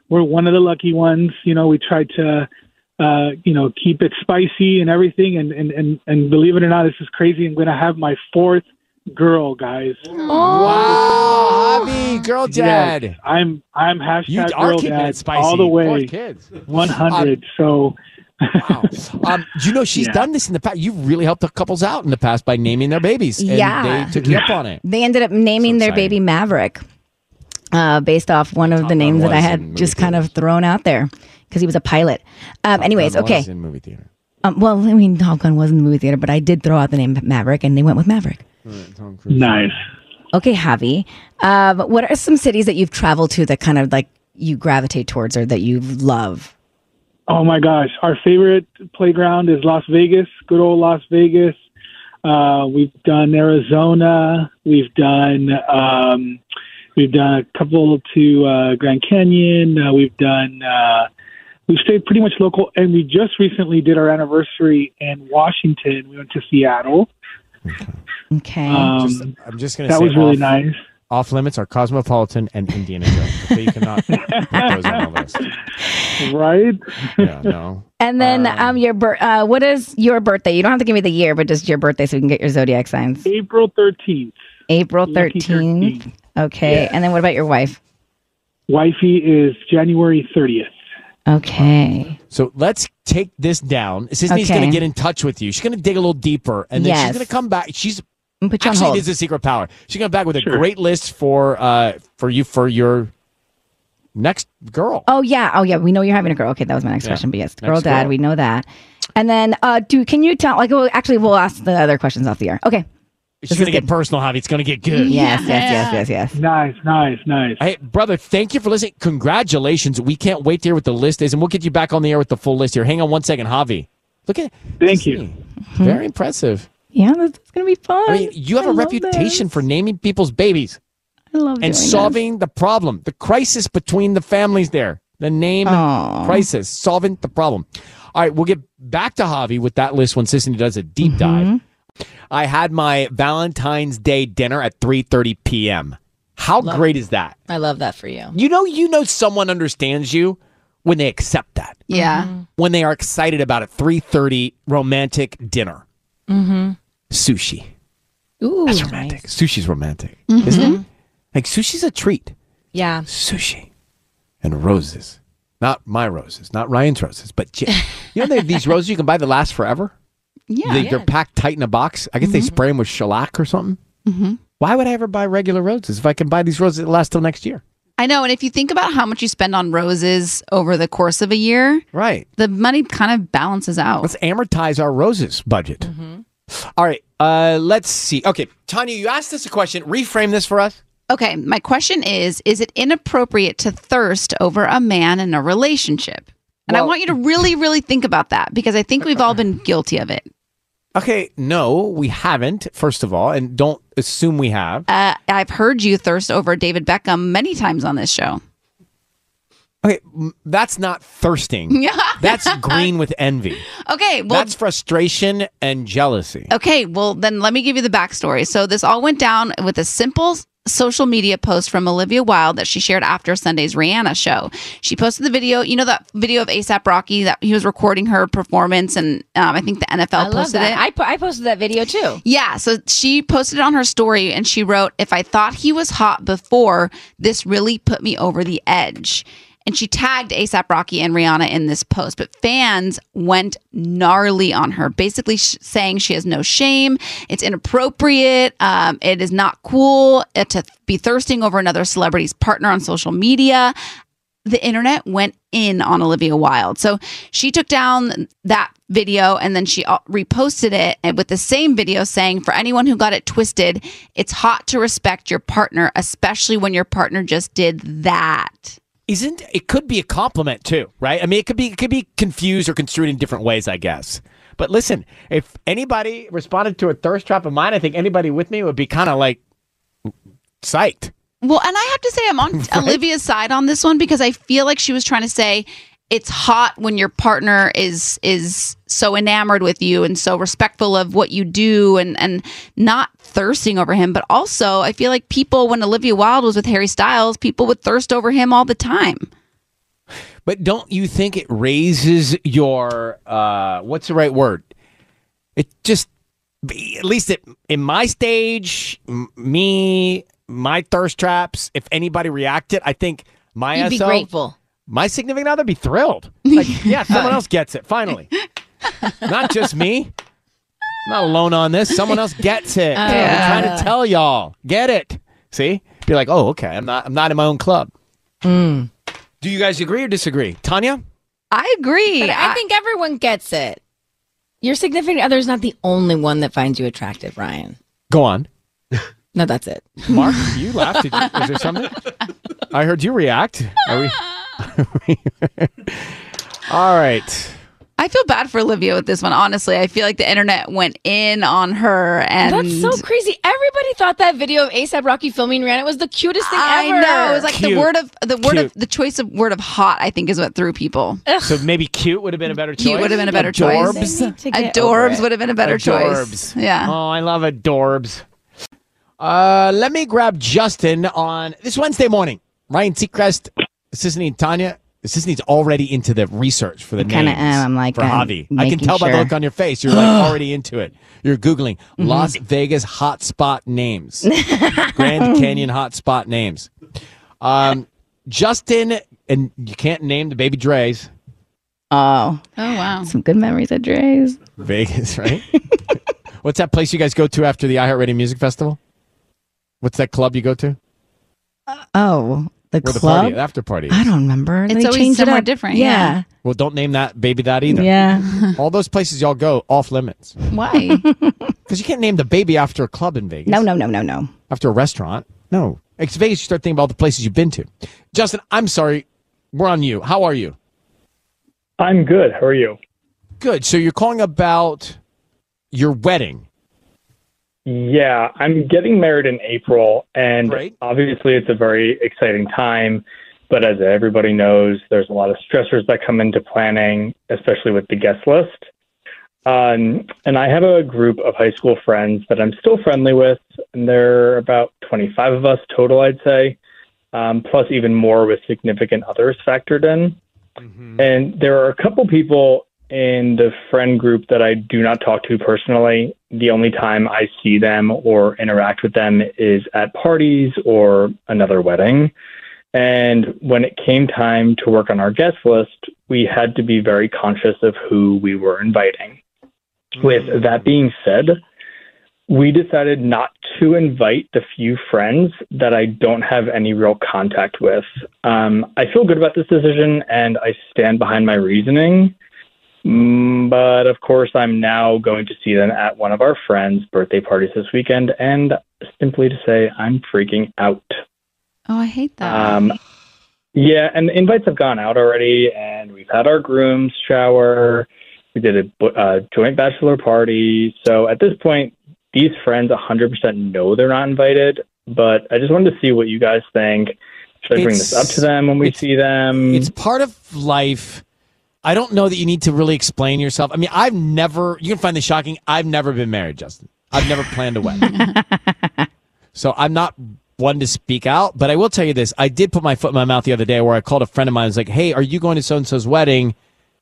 We're one of the lucky ones. You know, we tried to, uh, you know, keep it spicy and everything. And and and, and believe it or not, this is crazy. I'm going to have my fourth girl, guys. Wow, Javi, girl Yes, dad. I'm I'm hashtag You are girl keeping it dad spicy. all the Four way. kids. One hundred. so Um, you know, [laughs] she's done this in the past. You've really helped the couples out in the past by naming their babies. And Yeah. They took you up on it. They ended up naming their baby Maverick, uh, based off one of the names that I was had just kind of thrown out there. because he was a pilot. Um, anyways, Gun was okay. in movie theater. Um, well, I mean, Top Gun was in the movie theater, but I did throw out the name Maverick, and they went with Maverick. Tom Cruise. Nice. Okay, Javi. Um, what are some cities that you've traveled to that kind of like you gravitate towards or that you love? Oh my gosh, our favorite playground is Las Vegas. Good old Las Vegas. Uh, we've done Arizona. We've done um, we've done a couple to uh, Grand Canyon. Uh, we've done uh, we've stayed pretty much local, and we just recently did our anniversary in Washington. We went to Seattle. Okay. Um, Just- I'm just going to that say was really off- nice. Off limits are Cosmopolitan and Indiana Jones. So you [laughs] cannot put those on the list. Right? Yeah, no. And then um, your bir- uh, what is your birthday? You don't have to give me the year, but just your birthday so we can get your zodiac [laughs] signs. April 13th. April Lucky 13th. Okay. And then what about your wife? Wifey is January thirtieth. Okay. So let's take this down. Sisney's Okay. going to get in touch with you. She's going to dig a little deeper, and then Yes. she's going to come back. She's put you on actually hold. it is a secret power. She's going to come back with a Sure. great list for uh for you for your next girl. Oh yeah. Oh yeah. We know you're having a girl. Okay, that was my next Yeah. question. But yes, girl, Next dad. girl. We know that. And then, uh, do can you tell? Like, well, actually, we'll ask the other questions off the air. Okay. She's going to get personal, Javi. It's going to get good. Yes, yes, yes, yes, yes. Nice, nice, nice. Hey, brother, thank you for listening. Congratulations. We can't wait to hear what the list is, and we'll get you back on the air with the full list here. Hang on one second, Javi. Look at Thank you. Very impressive. Yeah, this is gonna be fun. I mean, you have a love reputation for naming people's babies I love doing and this. solving the problem, the crisis between the families there. The name Aw. crisis, solving the problem. All right, we'll get back to Javi with that list when Sisney does a deep Mm-hmm. dive. I had my Valentine's Day dinner at 3:30 p.m. How Love- great is that? I love that for you. You know, you know, someone understands you when they accept that. Yeah. When they are excited about a 3:30 romantic dinner, Mm-hmm. sushi. Ooh. That's romantic. Sushi's romantic, isn't it? Like sushi's a treat. Yeah. Sushi. And roses, not my roses, not Ryan's roses, but j- [laughs] you know they have these roses you can buy that last forever. Yeah. they, yeah. Mm-hmm. They're packed tight in a box. I guess they spray them with shellac or something. Mm-hmm. Why would I ever buy regular roses if I can buy these roses that last till next year? I know. And if you think about how much you spend on roses over the course of a year, right? The money kind of balances out. Let's amortize our roses budget. Mm-hmm. All right, uh, let's see. Okay, Tanya, you asked us a question. Reframe this for us. Okay, my question is Is it inappropriate to thirst over a man in a relationship? And I want you to really, really think about that because I think we've [laughs] all been guilty of it. Okay, no, we haven't. First of all, and don't assume we have. Uh, I've heard you thirst over David Beckham many times on this show. Okay, m- that's [laughs] not thirsting. Yeah. that's green with envy. Okay, well, that's frustration and jealousy. Okay, well, then let me give you the backstory. So, this all went down with a simple s- social media post from Olivia Wilde that she shared after Sunday's Rihanna show. She posted the video, you know, that video of ASAP Rocky that he was recording her performance, and um, I think the NFL I posted love it. that. I, po- I posted that video Oh. too. Yeah, so she posted it on her story and she wrote, If I thought he was hot before, this really put me over the edge. And she tagged ASAP Rocky and Rihanna in this post, but fans went gnarly on her, basically sh- saying she has no shame. It's inappropriate. Um, it is not cool uh, to be thirsting over another celebrity's partner on social media the internet went in on Olivia Wilde. So she took down that video and then she uh, reposted it and with the same video saying, For anyone who got it twisted, it's hot to respect your partner, especially when your partner just did that. Isn't it could be a compliment too, right? I mean, it could be it could be confused or construed in different ways, I guess. But listen, if anybody responded to a thirst trap of mine, I think anybody with me would be kind of like psyched. Well, and I have to say, [laughs] I'm on Olivia's side on this one because I feel like she was trying to say it's hot when your partner is is so enamored with you and so respectful of what you do and and not thirsting over him. But also, I feel like people when Olivia Wilde was with Harry Styles, people would thirst over him all the time. But don't you think it raises your uh what's the right word? It just at least it, in my stage, m- me, my thirst traps. If anybody reacted, I think my You'd be SO grateful. My significant other [laughs] be thrilled. Like, yeah, someone else gets it finally. Not just me. I'm not alone on this. Someone else gets Uh, it. I'm trying to tell y'all. Get it. See? Be like, Hmm. oh, okay. I'm not. I'm not in my own club. Do you guys agree or disagree, Tanya? I agree. I- I think everyone gets it. Your significant other is not the only one that finds you attractive, Ryan. Go on. No, that's it. Mark, [laughs] you laughed. Did you, was there something? I heard you react. Are we? Are we [laughs] all right. I feel bad for Olivia with this one. Honestly, I feel like the internet went in on her, and That's so crazy. Everybody thought that video of ASAP Rocky filming Rihanna was the cutest thing I ever. know it was like the Cute. word of the word of Cute. the choice of word of hot. I think is what threw people. Eh. So maybe cute would have been a better choice. Cute would have been a better Adorbs? choice. Adorbs would have been a better Adorbs. choice. Yeah. Oh, I love adorbs. Uh, let me grab Justin on this Wednesday morning. Ryan Seacrest, assistant named Tanya. Assistant needs already into the research for the kinda names am. I'm like, for I'm Javi. I can making tell by the sure. look on your face. You're [gasps] like already into it. You're googling Mm-hmm. Las Vegas hotspot [laughs] names, Grand Canyon hotspot names. Um, Justin, and you can't name the baby Dre's. Oh, Oh wow. some good memories at Dre's. Vegas, right? [laughs] What's that place you guys go to after the iHeartRadio Music Festival? What's that club you go to? Oh, the Where the club. party, after party. I don't remember. It's They always changed it somewhere up. different, yeah. Yeah. Well, don't name that baby that either. Yeah. All those places y'all go off limits [laughs] Why? because you can't name the baby after a club in Vegas. No, no, no, no, no. After a restaurant. No. It's Vegas. You start thinking about all the places you've been to. Justin, I'm sorry. We're on you. How are you? I'm good. How are you? Good. So you're calling about your wedding. Yeah, I'm getting married in April, and Great. obviously it's a very exciting time. But as everybody knows, there's a lot of stressors that come into planning, especially with the guest list. Um, and I have a group of high school friends that I'm still friendly with, and there are about 25 of us total, I'd say, um, plus even more with significant others factored in. And there are a couple people in the friend group that I do not talk to personally. The only time I see them or interact with them is at parties or another wedding. And when it came time to work on our guest list, we had to be very conscious of who we were inviting. With that being said, we decided not to invite the few friends that I don't have any real contact with. Um, I feel good about this decision and I stand behind my reasoning. Mm, But of course, I'm now going to see them at one of our friends' birthday parties this weekend. And simply to say, I'm freaking out. Oh, I hate that. Um, yeah, and the invites have gone out already, and we've had our groom's shower. We did a bu- uh, joint bachelor party. So at this point, these friends 100% know they're not invited, but I just wanted to see what you guys think. Should I bring this up It's- to them when we see them? It's part of life. I don't know that you need to really explain yourself. I mean, I've never, you can find this shocking. I've never been married, Justin. I've never planned a wedding. so I'm not one to speak out, but I will tell you this. I did put my foot in my mouth the other day where I called a friend of mine. I was like, hey, are you going to so and so's wedding?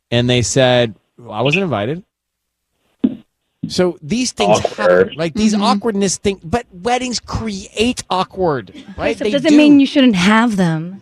And they said, well, I wasn't invited. So these things happen, like these Mm-hmm. awkwardness thing, but weddings create awkward, right? Except They doesn't do. mean you shouldn't have them.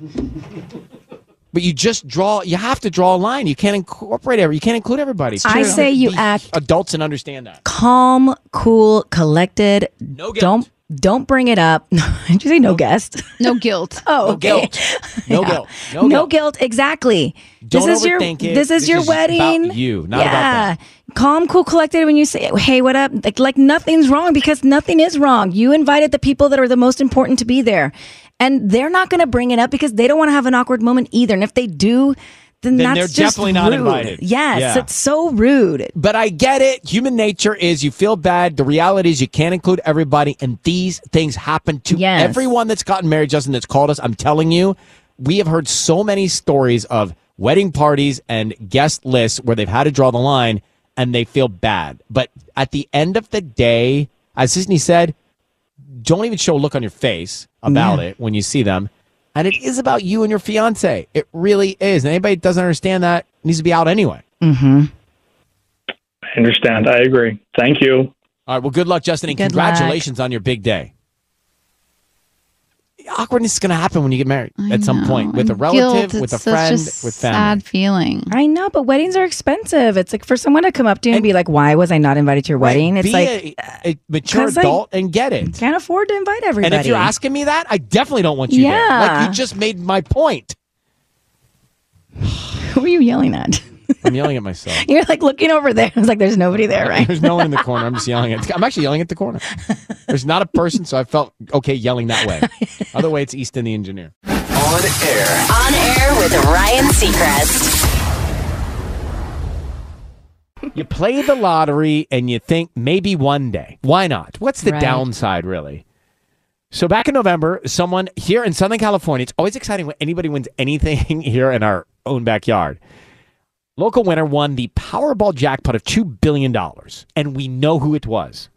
But you just draw. You have to draw a line. You can't incorporate every. You can't include everybody. I Just say you be act- Adults and understand that. Calm, cool, collected. No guilt. Don't don't bring it up. [laughs] Did you say no guest? No guilt. [laughs] Oh, No okay. guilt. No Yeah. guilt. No, No, guilt. guilt. Exactly. Don't this is your overthink it. this is This your is about wedding. you, not about yeah. Calm, cool, collected when you say, "Hey, what up?" Like, like nothing's wrong because nothing is wrong. You invited the people that are the most important to be there, and they're not going to bring it up because they don't want to have an awkward moment either. And if they do, then, Then that's they're just definitely not rude. invited. Yes, Yeah. it's so rude. But I get it. Human nature is you feel bad. The reality is you can't include everybody, and these things happen to Yes. everyone that's gotten married. Justin, that's called us. I'm telling you, we have heard so many stories of wedding parties and guest lists where they've had to draw the line and they feel bad. But at the end of the day, as Disney said, don't even show a look on your face about Yeah. it when you see them. And it is about you and your fiance. It really is. And anybody that doesn't understand that needs to be out anyway. Mm-hmm. I understand. I agree. Thank you. All right. Well, good luck, Justin, and Good luck. congratulations on your big day. Awkwardness is going to happen when you get married at some point with a relative, with a friend, with family. Sad feeling. I know, but weddings are expensive. It's like for someone to come up to you and, be like, "Why was I not invited to your wedding?" It's Be like a, a mature 'cause I- adult and get it. can't afford to invite everybody. And if you're asking me that, I definitely don't want you there. Like Yeah. you just made my point. [sighs] Who are you yelling at? [laughs] I'm yelling at myself. You're like looking over there. [laughs] I was like, there's nobody there, right? There's no one [laughs] in the corner. I'm just yelling at. I'm actually yelling at the corner. There's not a person, so I felt okay yelling that [laughs] way. Other way, it's Easton the engineer. On air. On air with Ryan Seacrest. You play the lottery and you think maybe one day. Why not? What's the Right. downside, really? So back in November, someone here in Southern California, it's always exciting when anybody wins anything [laughs] here in our own backyard. Local winner won the Powerball jackpot of $2 billion, and we know who it was.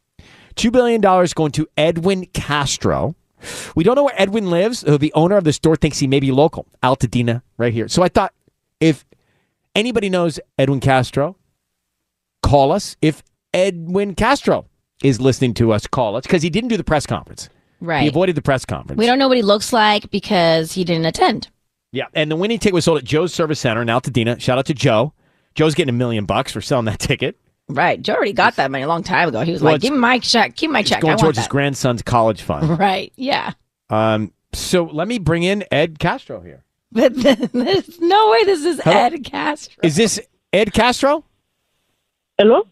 $2 billion going to Edwin Castro. We don't know where Edwin lives, though the owner of the store thinks he may be local, Altadena, right here. So I thought if anybody knows Edwin Castro, call us. If Edwin Castro is listening to us, call us because he didn't do the press conference. Right. He avoided the press conference. We don't know what he looks like because he didn't attend. Yeah, and the winning ticket was sold at Joe's Service Center in Altadena. Shout out to Joe. Joe's getting a million bucks for selling that ticket. Right. Joe already got that money a long time ago. He was Well, like, it's- give me my check. Keep my It's check. I going want towards his that. grandson's college [laughs] fund. Right. Yeah. Um, so let me bring in Ed Castro here. But then, [laughs] there's no way this is Hello? Ed Castro. Is this Ed Castro? Hello?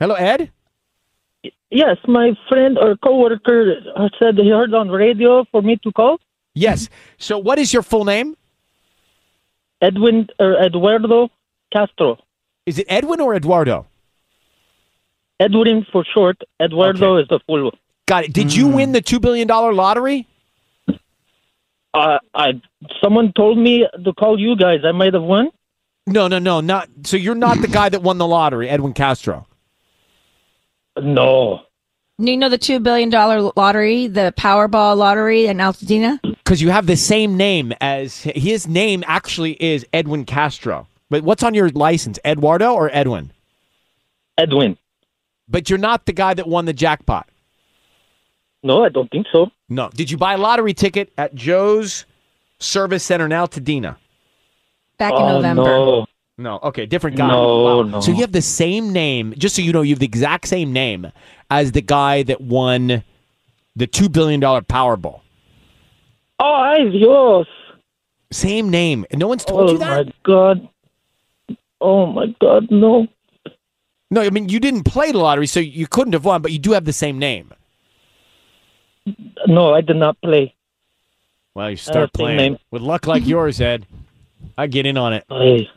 Hello, Ed? Yes, my friend or coworker uh, said he heard on radio for me to call. Yes. So what is your full name? Edwin or Eduardo Castro. Is it Edwin or Eduardo? Edwin for short. Eduardo is the full Mm. one. Got it. Did you win the $2 billion lottery? Uh, I, someone told me to call you guys. I might have won. No, no, no, not so you're not the guy that won the lottery, Edwin Castro. No. You know the $2 billion lottery, the Powerball lottery in Altadena? Because you have the same name as his name actually is Edwin Castro. But what's on your license, Eduardo or Edwin? Edwin. But you're not the guy that won the jackpot. No, I don't think so. No. Did you buy a lottery ticket at Joe's Service Center now to Dina? Back Oh, in November. no. No. Okay. Different guy. No, Wow. no. So you have the same name, just so you know, you have the exact same name as the guy that won the $2 billion Powerball. Oh, I yours. Same name. No one's told oh, you that? my God. Oh, my God. No. No, I mean, you didn't play the lottery, so you couldn't have won, but you do have the same name. No, I did not play. Well, you Uh, same start playing. name. With luck like yours, Ed, I get in on it. Hey.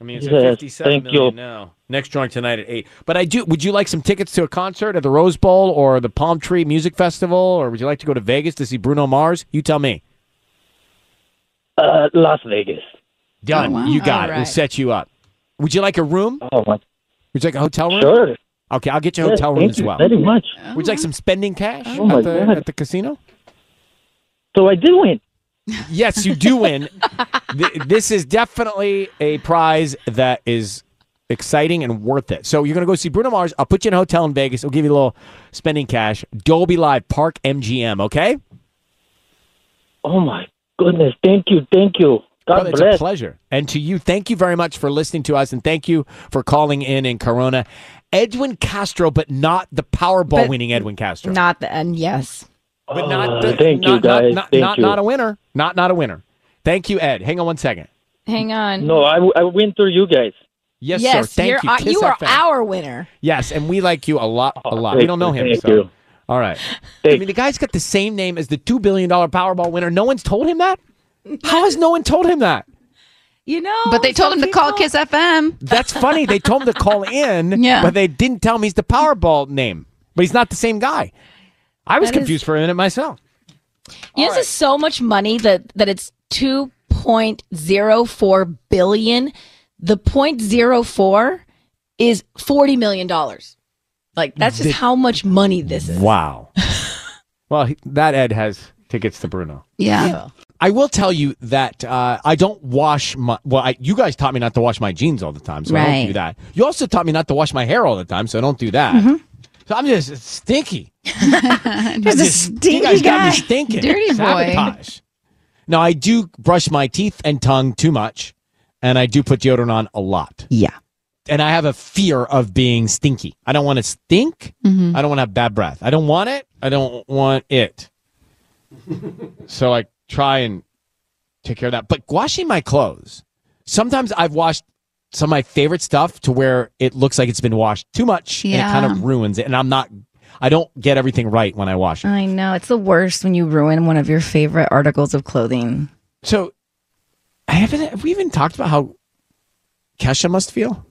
I mean, it's Yes, at 57 thank million you. now. Next drunk tonight at 8. But I do. Would you like some tickets to a concert at the Rose Bowl or the Palm Tree Music Festival? Or would you like to go to Vegas to see Bruno Mars? You tell me. Uh, Las Vegas. Done. Oh, wow. You got All it. We'll right. set you up. Would you like a room? Oh, my. Would you like a hotel room? Sure. Okay, I'll get you a Yes, hotel room thank as you well. very much. Would you like some spending cash Oh, my at, the, God. at the casino? So I did win. Yes, you [laughs] do win. Th- this is definitely a prize that is exciting and worth it. So you're going to go see Bruno Mars. I'll put you in a hotel in Vegas. I'll give you a little spending cash. Dolby Live Park MGM, okay? Oh, my goodness. Thank you. Thank you. God Brother, bless. It's a pleasure. And to you, thank you very much for listening to us and thank you for calling in in Corona. Edwin Castro, but not the Powerball But- winning Edwin Castro. Not the, and yes. but not Oh, the, thank you, not, not- guys. Not, Thank not, you. not a winner. Not not a winner. Thank you, Ed. Hang on one second. Hang on. No, I, I win through you guys. Yes, yes, sir. Thank you're, you. uh, Kiss you are FM. our winner. Yes, and we like you a lot, a lot. We thank don't know you, him. thank So. you. All right. I mean, the guy's got the same name as the two billion dollar Powerball winner. No one's told him that. How has no one told him that? You know. But they told him to call Kiss FM. That's funny. They told him to [laughs] call in, Yeah. but they didn't tell him he's the Powerball name. But he's not the same guy. I was That is- confused for a minute myself. You know, this is so much money that that it's two point zero four billion. The point zero four is forty million dollars. Like that's just The- how much money this is. Wow. [laughs] well, he- that Ed has tickets to Bruno. Yeah. I will tell you that uh, I don't wash my. Well, I, you guys taught me not to wash my jeans all the time, so I don't Right. Mm-hmm. do that. You also taught me not to wash my hair all the time, so I don't do that. So I'm just stinky. Mm-hmm. [laughs] I'm Just a just- stinky you guys got me guy. stinking. Dirty boy. Sabotage. Now I do brush my teeth and tongue too much, and I do put deodorant on a lot. Yeah. And I have a fear of being stinky. I don't want to stink. Mhm. I don't want to have bad breath. I don't want it. I don't want it. [laughs] so I try and take care of that. But washing my clothes, sometimes I've washed some of my favorite stuff to where it looks like it's been washed too much Yeah. and it kind of ruins it. And I'm not, I don't get everything right when I wash it. I know. It's the worst when you ruin one of your favorite articles of clothing. So, I haven't, have we even talked about how Kesha must feel?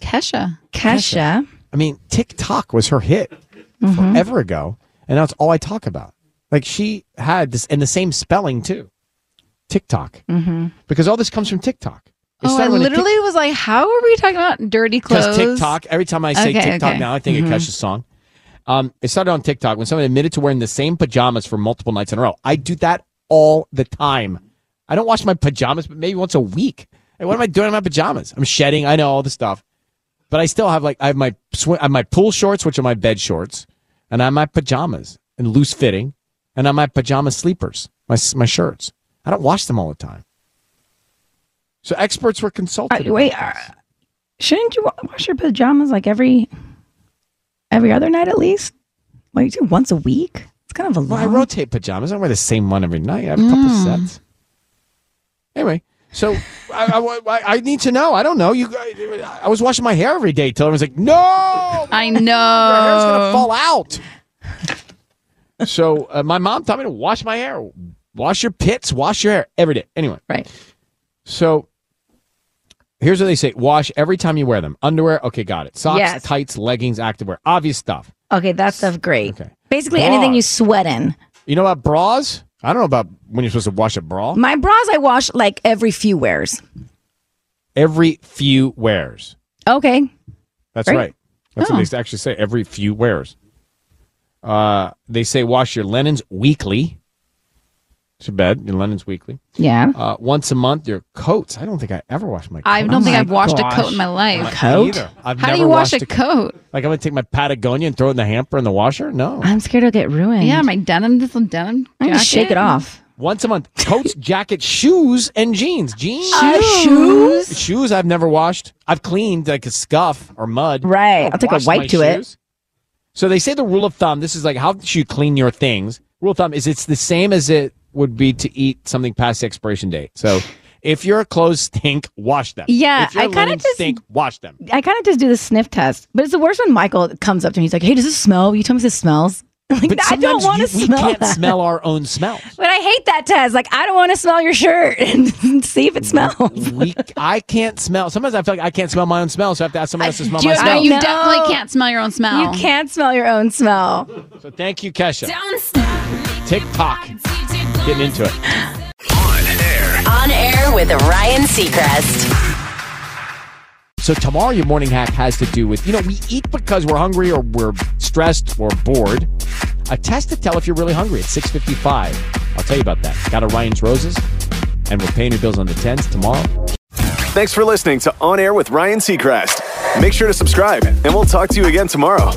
Kesha. Mm-hmm. Kesha. I mean, TikTok was her hit Mhm. forever ago. And that's all I talk about. Like she had this and the same spelling too. TikTok. Mm-hmm. Because all this comes from TikTok. It Oh, I started when it kicked- literally was like, how are we talking about dirty Because clothes? TikTok, every time I say Okay, TikTok okay. now, I think Mhm. it catches song. Um, it started on TikTok when someone admitted to wearing the same pajamas for multiple nights in a row. I do that all the time. I don't wash my pajamas, but maybe once a week. Hey, what am I doing in my pajamas? I'm shedding. I know all the stuff, but I still have like I have my sw- I have my pool shorts, which are my bed shorts, and I have my pajamas and loose fitting, and I have my pajama sleepers, my s- my shirts. I don't wash them all the time. So experts were consulted. Uh, wait, about this. Shouldn't you wa- wash your pajamas like every every other night at least? What you do once a week? It's kind of a Well, lot. I rotate pajamas. I wear the same one every night. I have a couple Mm. sets. Anyway, so I, I- I, I need to know. I don't know. You, I, I was washing my hair every day till I was like, no, [laughs] I know your hair's gonna fall out. so uh, my mom taught me to wash my hair, wash your pits, wash your hair every day. Anyway, right. So here's what they say: wash every time you wear them. Underwear, okay, got it. Socks, Yes. tights, leggings, activewear, obvious stuff. Okay, that stuff great. Okay. Basically anything Bras. you sweat in. You know about bras? I don't know about when you're supposed to wash a bra. My bras I wash like every few wears. every few wears. Okay. That's Right. right. That's Oh. what they actually say. Every few wears. Uh, they say wash your linens weekly. To bed, your linens weekly. Yeah. Uh, once a month, your coats. I don't think I ever wash my. coat. I don't think I've washed a Oh coat in my life. My- Either. I've How never do you wash washed a coat? Like I'm gonna take my Patagonia and throw it in the hamper in the washer. No. I'm scared I'll get ruined. Yeah, my denim, this little denim. I just shake it off. Once a month, coats, jackets, shoes, and jeans. Jeans, Uh, shoes? shoes. I've never washed. I've cleaned like a scuff or mud. Right. I'll take a wash wipe my to it. shoes. So they say the rule of thumb. This is like how should you clean your things? Rule of thumb is it's the same as it would be to eat something past the expiration date. So if your clothes stink, wash them. Yeah, If your I kinda linens just- stink. Wash them. I kind of just do the sniff test, but it's the worst when Michael comes up to me. He's like, "Hey, does this smell? Will You tell me if this smells." [laughs] I'm like, But I don't sometimes want to you- smell. We can't that." smell our own smell. But I hate that test. Like, I don't want to smell your shirt [laughs] and see if it smells. We, I can't smell. Sometimes I feel like I can't smell my own smell, so I have to ask someone else to smell Do my you- smell. no, You No. definitely can't smell your own smell. Oh. You can't smell your own smell. So thank you, Kesha. TikTok. Getting into it. On air with Ryan Seacrest. So tomorrow your morning hack has to do with, you know, we eat because we're hungry or we're stressed or bored. A test to tell if you're really hungry at 655. I'll tell you about that. Got a Ryan's Roses and we're paying your bills on the 10s tomorrow. Thanks for listening to On Air with Ryan Seacrest. Make sure to subscribe, and we'll talk to you again tomorrow.